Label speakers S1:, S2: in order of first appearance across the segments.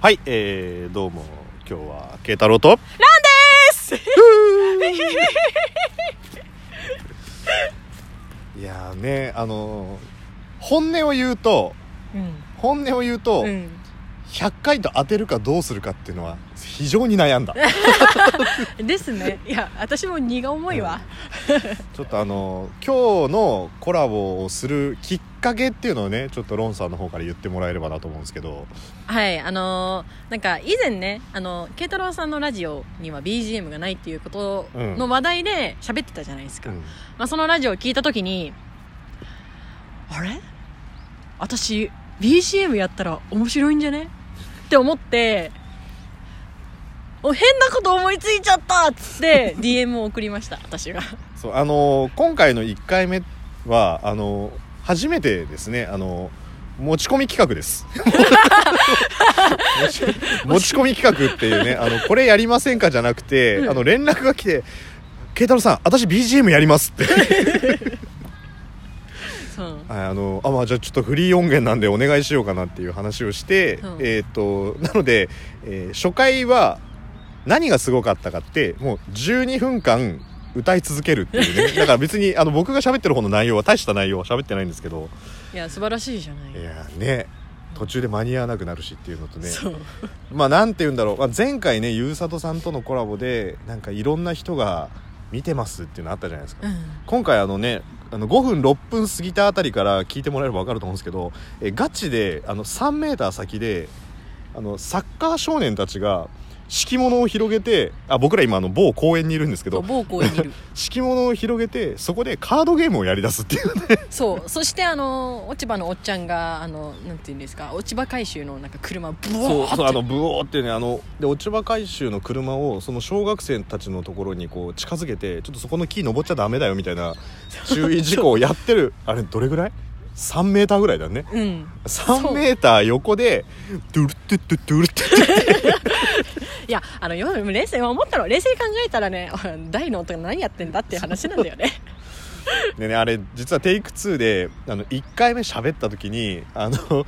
S1: はい、えー、どうも、今日は、慶太郎と、
S2: ランで す
S1: いやーね、あのー本音を言うと、
S2: うん、
S1: 本音を言うと、
S2: うん、
S1: 100回と当てるかどうするかっていうのは、非常に悩ん だ。
S2: ですねいや私も荷が重いわ、
S1: ちょっとあのー今日のコラボをするきっかけっていうのをね、ちょっとロンさんの方から言ってもらえればなと思うんですけど、
S2: はいあのーなんか以前ねあの慶太郎さんのラジオには BGM がないっていうことの話題で喋ってたじゃないですか、まあ、そのラジオを聞いた時にあれ私 BGM やったら面白いんじゃねって思ってお変なこと思いついちゃったっつって DM を送りました私が
S1: そう、あのー今回の1回目は、あのー初めてですね、あのー持ち込み企画 です。持ち持ち込み企画っていうね、あの、これやりませんかじゃなくて、
S2: うん
S1: あの、連絡が来て、慶太郎さん、私 BGM やりますって。
S2: そう
S1: はいあのあまあじゃあちょっとフリー音源なんでお願いしようかなっていう話をして、
S2: うん
S1: えーっとなので、えー初回は何がすごかったかってもう12分間歌い続けるっていう ねだから別にあの僕が喋ってる方の内容は大した内容は喋ってないんですけど
S2: いや素晴らしいじゃない
S1: いやーね途中で間に合わなくなるしっていうのとね
S2: そう
S1: まあなんて言うんだろう、まあ、前回ねゆうさとさんとのコラボでなんかいろんな人が見てますっていうのあったじゃないですか
S2: う、ん
S1: 今回あのねあの5分6分過ぎたあたりから聞いてもらえれば分かると思うんですけどえガチであの3メーター先であのサッカー少年たちが敷物を広げてあ僕ら今あの某公園にいるんですけど
S2: 某公園に いる
S1: 敷物を広げてそこでカードゲームをやりだすっていうね
S2: そうそしてあの落ち葉のおっちゃんがあのなんていうんですか落ち葉回収のなんか車をブワ
S1: そう
S2: ー
S1: そうあ
S2: ッ
S1: の
S2: と
S1: ブオーってねあので落ち葉回収の車をその小学生たちのところにこう近づけてちょっとそこの木登っちゃダメだよみたいな注意事項をやってるあれどれぐらい3メーターぐらいだね
S2: うん
S1: 3メーター横でドゥルッドゥッドゥッドゥルッドゥッドゥッ
S2: いやあの今冷静思ったの冷静に考えたらね 大の音が何やってんだっていう話なんだよね
S1: でねあれ実はテイク2であの1回目喋った時にあのドゥ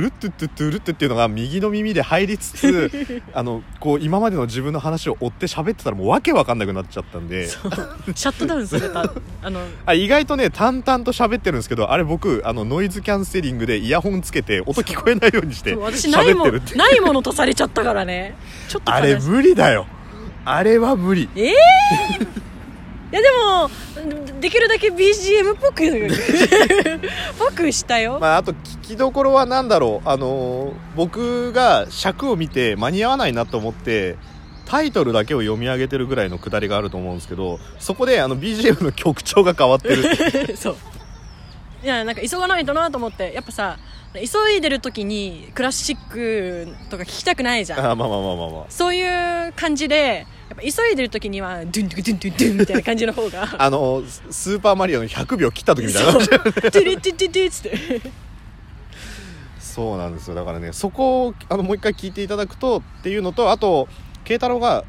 S1: ルッドゥッドゥッドゥルッドゥっていうのが右の耳で入りつつあのこう今までの自分の話を追って喋ってたらもうわけわかんなくなっちゃったんで
S2: シャットダウンされたあの
S1: あ意外とね淡々と喋ってるんですけどあれ僕あのノイズキャンセリングでイヤホンつけて音聞こえないようにして
S2: 私ない
S1: 喋っ
S2: も
S1: て
S2: ん
S1: るっていう
S2: ないものとされちゃったからねちょっと悲し
S1: あれ無理だよあれは無理
S2: ええいやでもできるだけ BGM っぽく ぽくしたよ、
S1: まあ、あと聞きどころは何だろう、あのー僕が尺を見て間に合わないなと思ってタイトルだけを読み上げてるぐらいのくだりがあると思うんですけどそこであの BGM の曲調が変わってる
S2: そういやなんか急がないとなと思ってやっぱさ急いでる時にクラシックとか聞きたくないじゃん
S1: あまあまあまあまあまあ
S2: そういう感じでやっぱ急いでる時にはドゥンドゥクドゥンドゥンドゥンみたいな感じの方が
S1: あのーススーパーマリオの100秒切った時みたいな
S2: そうドゥルドゥドゥドゥっつって
S1: そうなんですよだからねそこをあのもう一回聞いていただくとっていうのとあと慶太郎が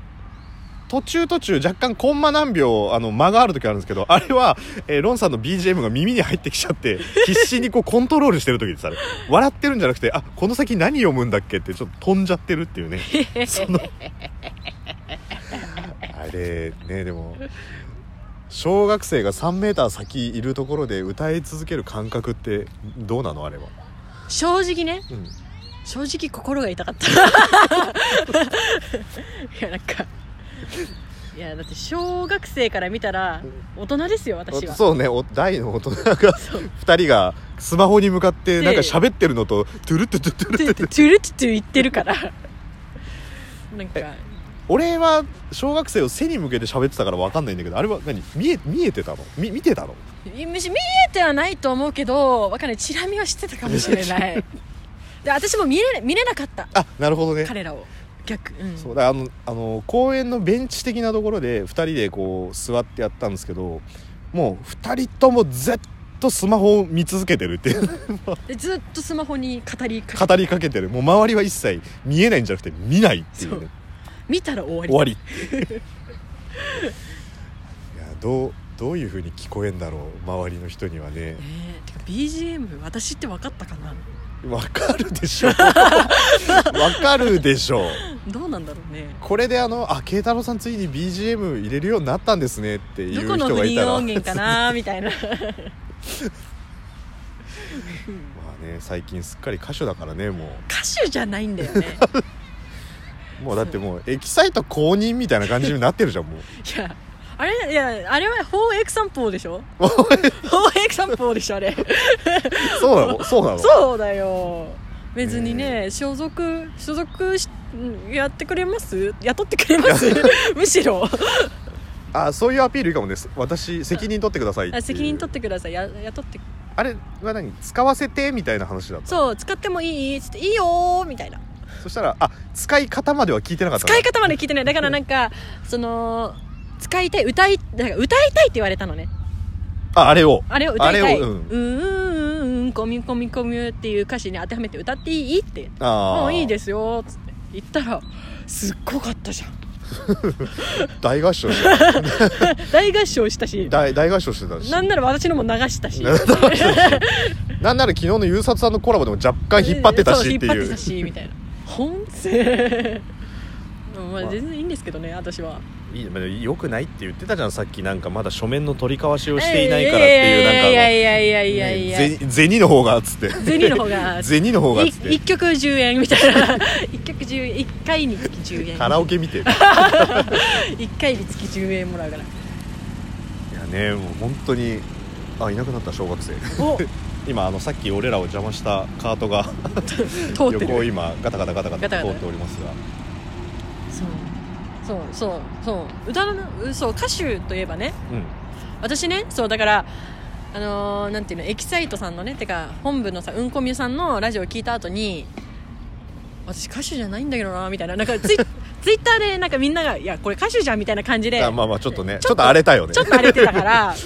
S1: 途中途中若干コンマ何秒あの間がある時あるんですけどあれは、えーロンさんの BGM が耳に入ってきちゃって必死にこうコントロールしてる時ですあれ笑ってるんじゃなくてあこの先何読むんだっけってちょっと飛んじゃってるっていうねそのあれねでも小学生が3メーター先いるところで歌い続ける感覚ってどうなのあれは、
S2: 正直ね
S1: うん
S2: 正直心が痛かったいやなんかいやだって小学生から見たら大人ですよ私は
S1: そうねお大の大人が2人がスマホに向かってなんか喋ってるのとトゥルットゥトゥトゥ
S2: ト
S1: ル
S2: ゥ
S1: ッ
S2: ル
S1: トゥ
S2: トゥルトゥル言ってるからなんか
S1: 俺は小学生を背に向けて喋ってたから分かんないんだけどあれは何見え見えてたのみ見てたの
S2: いむし見えてはないと思うけどわかんないチラ見はしてたかもしれない で私も見れ見れなかった
S1: あなるほどね
S2: 彼らを逆、うん、
S1: そうだあのあの公園のベンチ的なところで2人でこう座ってやったんですけどもう2人ともずっとスマホを見続けてるっていう
S2: でずっとスマホに語りかけ
S1: 語りかけてるもう周りは一切見えないんじゃなくて見ないっていうね
S2: そう見たら終わ
S1: 終
S2: り
S1: わり いやどうどういう風に聞こえんだろう周りの人にはね
S2: ねえてか BGM 私って分かったかな
S1: わかるで しょわかるでしょ
S2: どうなんだろうね
S1: これであの「あ慶太郎さんついに BGM 入れるようになったんですね」ってい
S2: ど
S1: う
S2: この
S1: 人
S2: フ
S1: が
S2: リ
S1: いた
S2: ー
S1: ら
S2: 音源か
S1: ま
S2: なみたい な
S1: あね最近すっかり歌手だからねも
S2: 歌手じゃないんだよ ね
S1: うもうだってもうエキサイト公認みたいな感じになってるじゃんもう
S2: いやあれいやあれは法エクサンポーでしょ法エクサンポーでしょあれ
S1: そうなのそうなの
S2: そうだよ別にね、所属所属しんやってくれます雇ってくれます む しろ
S1: あそういうアピールいいかもです私責任取ってくださいってい
S2: あ
S1: う
S2: 責任取ってくださいや雇って
S1: あれは何使わせてみたいな話だった
S2: そう使ってもいいつっていいよーみたいな
S1: そしたらあ使い方までは聞いてなかったな
S2: 使い方まで聞いてないだからなんかその使いたい歌いだから歌いたいって言われたのね
S1: ああれを
S2: あれを歌いたい
S1: あ
S2: う
S1: れをうんん、
S2: うんうんうんコミュコミュコミュっていう歌詞に当てはめて歌っていいって
S1: あ
S2: も
S1: あ
S2: ういいですよーっつって言ったらすっごかったじゃん
S1: 大合唱してた
S2: 大合唱したし
S1: 大大合唱してたし
S2: なんなら私のも流したし
S1: なんなら昨日の優作さんのコラボでも若干引っ張ってたしって
S2: そ
S1: い
S2: 引っ張って
S1: う
S2: たしみたいな本性まあ全然いいんですけどね私はい
S1: いまあよくないって言ってたじゃんさっきなんかまだ書面の取り交わしを
S2: い
S1: していないからっていうなんかあの
S2: いやいやいやいやいやいや
S1: ね銭銭の方がっつって
S2: 銭の方が
S1: 銭の方がっつっ
S2: い一
S1: て
S2: 曲10円みたいな一曲10円一回につき10円
S1: カラオケ見てる
S2: 一回につき10円もらうから
S1: いやねもう本当にあいなくなった小学生
S2: お
S1: 今あのさっき俺らを邪魔したカートが
S2: 通って
S1: 横を
S2: る
S1: 今ガタガタガタガ
S2: ガタガ
S1: タ
S2: タ
S1: 通っておりますが
S2: そうそうそうそう歌のうそう歌手といえばね
S1: うん
S2: 私ねそうだからあのーなんていうのエキサイトさんのねてか本部のさうんこみゅさんのラジオを聞いた後に私歌手じゃないんだけどなみたいななんか ツイツイッターでなんかみんなが「いやこれ歌手じゃん」みたいな感じで
S1: あまあまあちょっとね
S2: ち
S1: ち
S2: ょ
S1: ょっ
S2: っと
S1: と荒れたよね
S2: ちょっと荒れてたから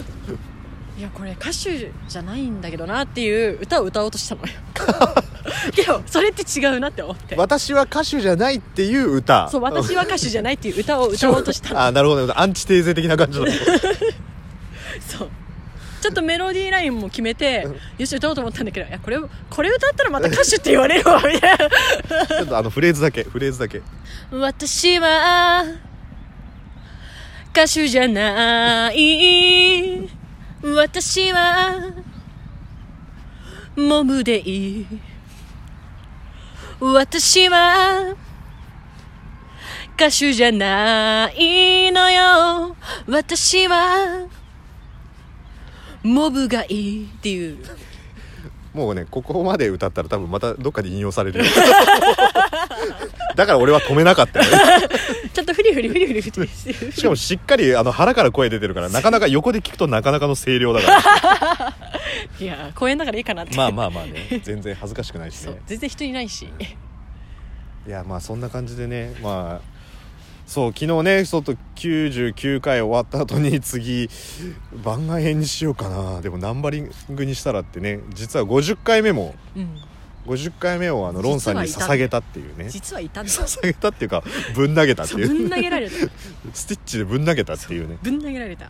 S2: いやこれ歌手じゃないんだけどなっていう歌を歌おう としたのよけどそれって違うなって思って
S1: 私は歌手じゃないっていう歌
S2: そう私は歌手じゃないっていう歌を歌おうとしたの
S1: あなるほどねアンチテーゼ的な感じだ
S2: そうちょっとメロディーラインも決めてよし歌おうと思ったんだけどいやこれこれ歌ったらまた歌手って言われるわみたいな
S1: ちょっとあのフレーズだけフレーズだけ
S2: 私は歌手じゃない私はモブでいい私は歌手じゃないのよ私はモブがいいっていう
S1: もうねここまで歌ったら多分またどっかで引用さ れるだから俺は止めなかったよね
S2: ちょっとフリフリフリフリフリしてる
S1: しかもしっかりあの腹から声出てるからなかなか横で聞くとなかなかの声量だ から
S2: いや公園だからいいかなって
S1: まあまあまあね全然恥ずかしくないし
S2: そう
S1: ね
S2: 全然人いないし
S1: いやまあそんな感じでねまあそう昨日ねちょっと99回終わった後に次番外編にしようかなでもナンバリングにしたらってね実は50回目も
S2: うん
S1: 50回目をあのロンさんに捧げたっていうね
S2: 実はいたん だ
S1: 捧げたっていうかぶん投げたって
S2: そう
S1: い
S2: ぶん
S1: う
S2: 投げられた
S1: スティッチでぶん投げたっていうね
S2: ぶん投げられた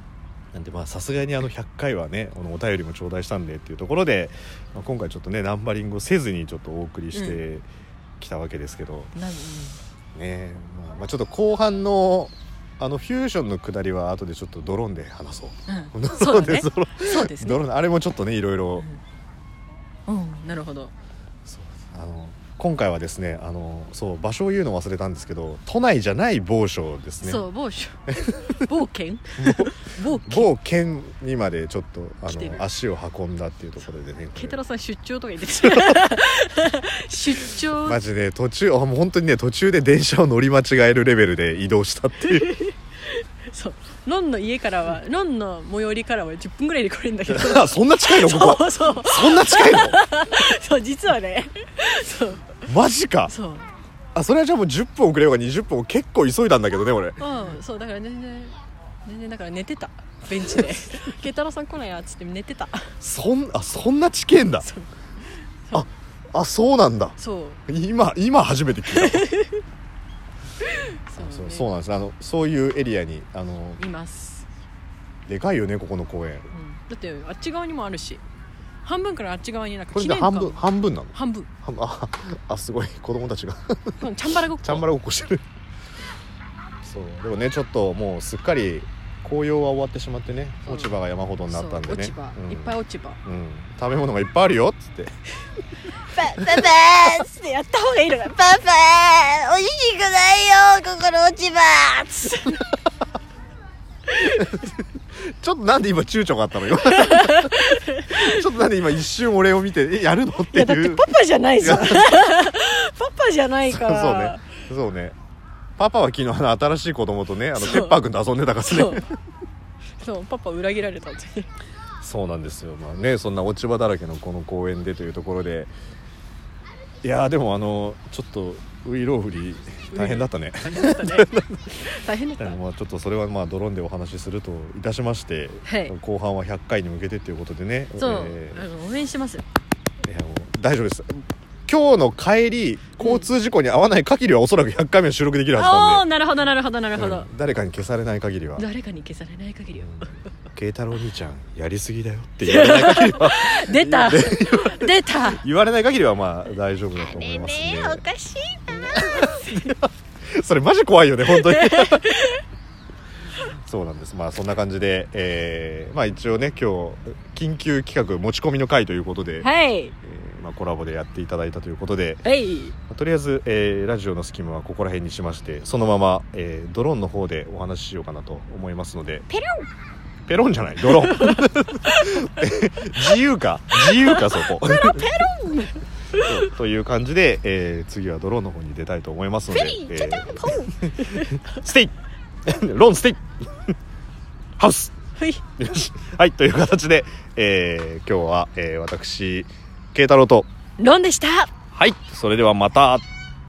S1: なんでまあさすがにあの100回はねあのお便りも頂戴したんでっていうところで、まあ、今回ちょっとねナンバリングをせずにちょっとお送りしてきたわけですけど、
S2: なうん
S1: ねまあ、まあちょっと後半のあのフュージョンの下りは後でちょっとドローンで話そう。
S2: うんそうだね
S1: ドローン
S2: そうです
S1: ド
S2: ね
S1: ローンあれもちょっとねいろいろ
S2: うんなるほど
S1: あの今回はですねあのそう場所を言うの忘れたんですけど都内じゃない某所ですね
S2: そう 某所冒険冒険
S1: 某県にまでちょっとあ
S2: 来てる
S1: の足を運んだっていうところでねこれ
S2: 慶太郎さん出張とか言って た出張
S1: マジで途中あもう本当にね途中で電車を乗り間違えるレベルで移動したって いう
S2: そうロンの家からはロンの最寄りからは10分ぐらいで来れるんだけど
S1: あそんな近いのこ
S2: そ
S1: こ
S2: うそう
S1: そんな近いの
S2: そう実はねそう
S1: マジか
S2: そう
S1: あそれはじゃあもう10分遅れようが20分を結構急いだんだけどね俺
S2: うんそうだから全然全然だから寝てたベンチ で「慶太郎さん来ないや」っつって寝てた
S1: そんあそんな近いんだ
S2: そう
S1: ああそうなんだ
S2: そう
S1: 今今初めて聞い た
S2: そう,、
S1: そうそうなんですあのそういうエリアにあの
S2: います、
S1: でかいよねここの公園
S2: うん、だってあっち側にもあるし半分からあっち側になんか
S1: これ
S2: 記
S1: で
S2: 念館
S1: 半分半分なの
S2: 半分
S1: 半ああすごい子供た ちが
S2: うんチャンバラごっこ
S1: チャンバラごっこしてるそうでもねちょっともうすっかり紅葉は終わってしまってね
S2: うん
S1: 落ち葉が山ほどになったんでね
S2: そう落ち葉、
S1: うん
S2: いっぱい落ち葉
S1: うん、食べ物がいっぱいあるよっつって
S2: パパパーっつってやった方がいい のかなパパーおいしくないよここの落ち葉っつって
S1: ちょっとなんで今躊躇があったの 今ちょっとなんで今一瞬俺を見てえやるのっ
S2: い
S1: てい
S2: やだって
S1: う
S2: パパじゃないじゃんパパじゃないか
S1: そう そうね
S2: ら
S1: そうねパパは昨日あの新しい子供とねあの
S2: そう
S1: ペッパー君と遊んでたからね
S2: そうそうパパ裏切られたって
S1: そうなんですよまあねそんな落ち葉だらけのこの公園でというところでいやーでもあのちょっとウイロウフリ大変だったね
S2: 大変だったね大変だった
S1: まあちょっとそれはまあドローンでお話しするといたしまして、
S2: はい
S1: 後半は100回に向けてということでね
S2: そう、
S1: えー
S2: あの応援してます
S1: いやもう大丈夫です今日の帰り交通事故に遭わない限りはおそらく100回目の収録できるはず
S2: あ
S1: な
S2: あ
S1: んで
S2: なるほどなるほどなるほど、
S1: うん誰かに消されない限りは
S2: 誰かに消されない限りよ
S1: 「慶太郎兄ちゃんやりすぎだよ」って言われ ない限りは
S2: 出た出た
S1: 言われない限りはまあ大丈夫だと思いますんで
S2: かしい
S1: それマジ怖いよね 本当にそうなんですまあそんな感じで、えーまあ一応ね今日緊急企画持ち込みの回ということで、
S2: はい
S1: えーまあ、コラボでやっていただいたということで
S2: はい
S1: まあとりあえず、えーラジオの隙間はここら辺にしましてそのまま、えードローンの方でお話ししようかなと思いますので
S2: ペロ
S1: ペロンじゃないドローン 自由か自由かそこ ペロペロンという感じで、えー次はドローンの方に出たいと思いますので、えー
S2: ポン
S1: ステイ ロンステイ ハウス
S2: ふい
S1: よしはいという形で、えー今日は、えー私慶太郎と
S2: ロンでした
S1: はいそれではまた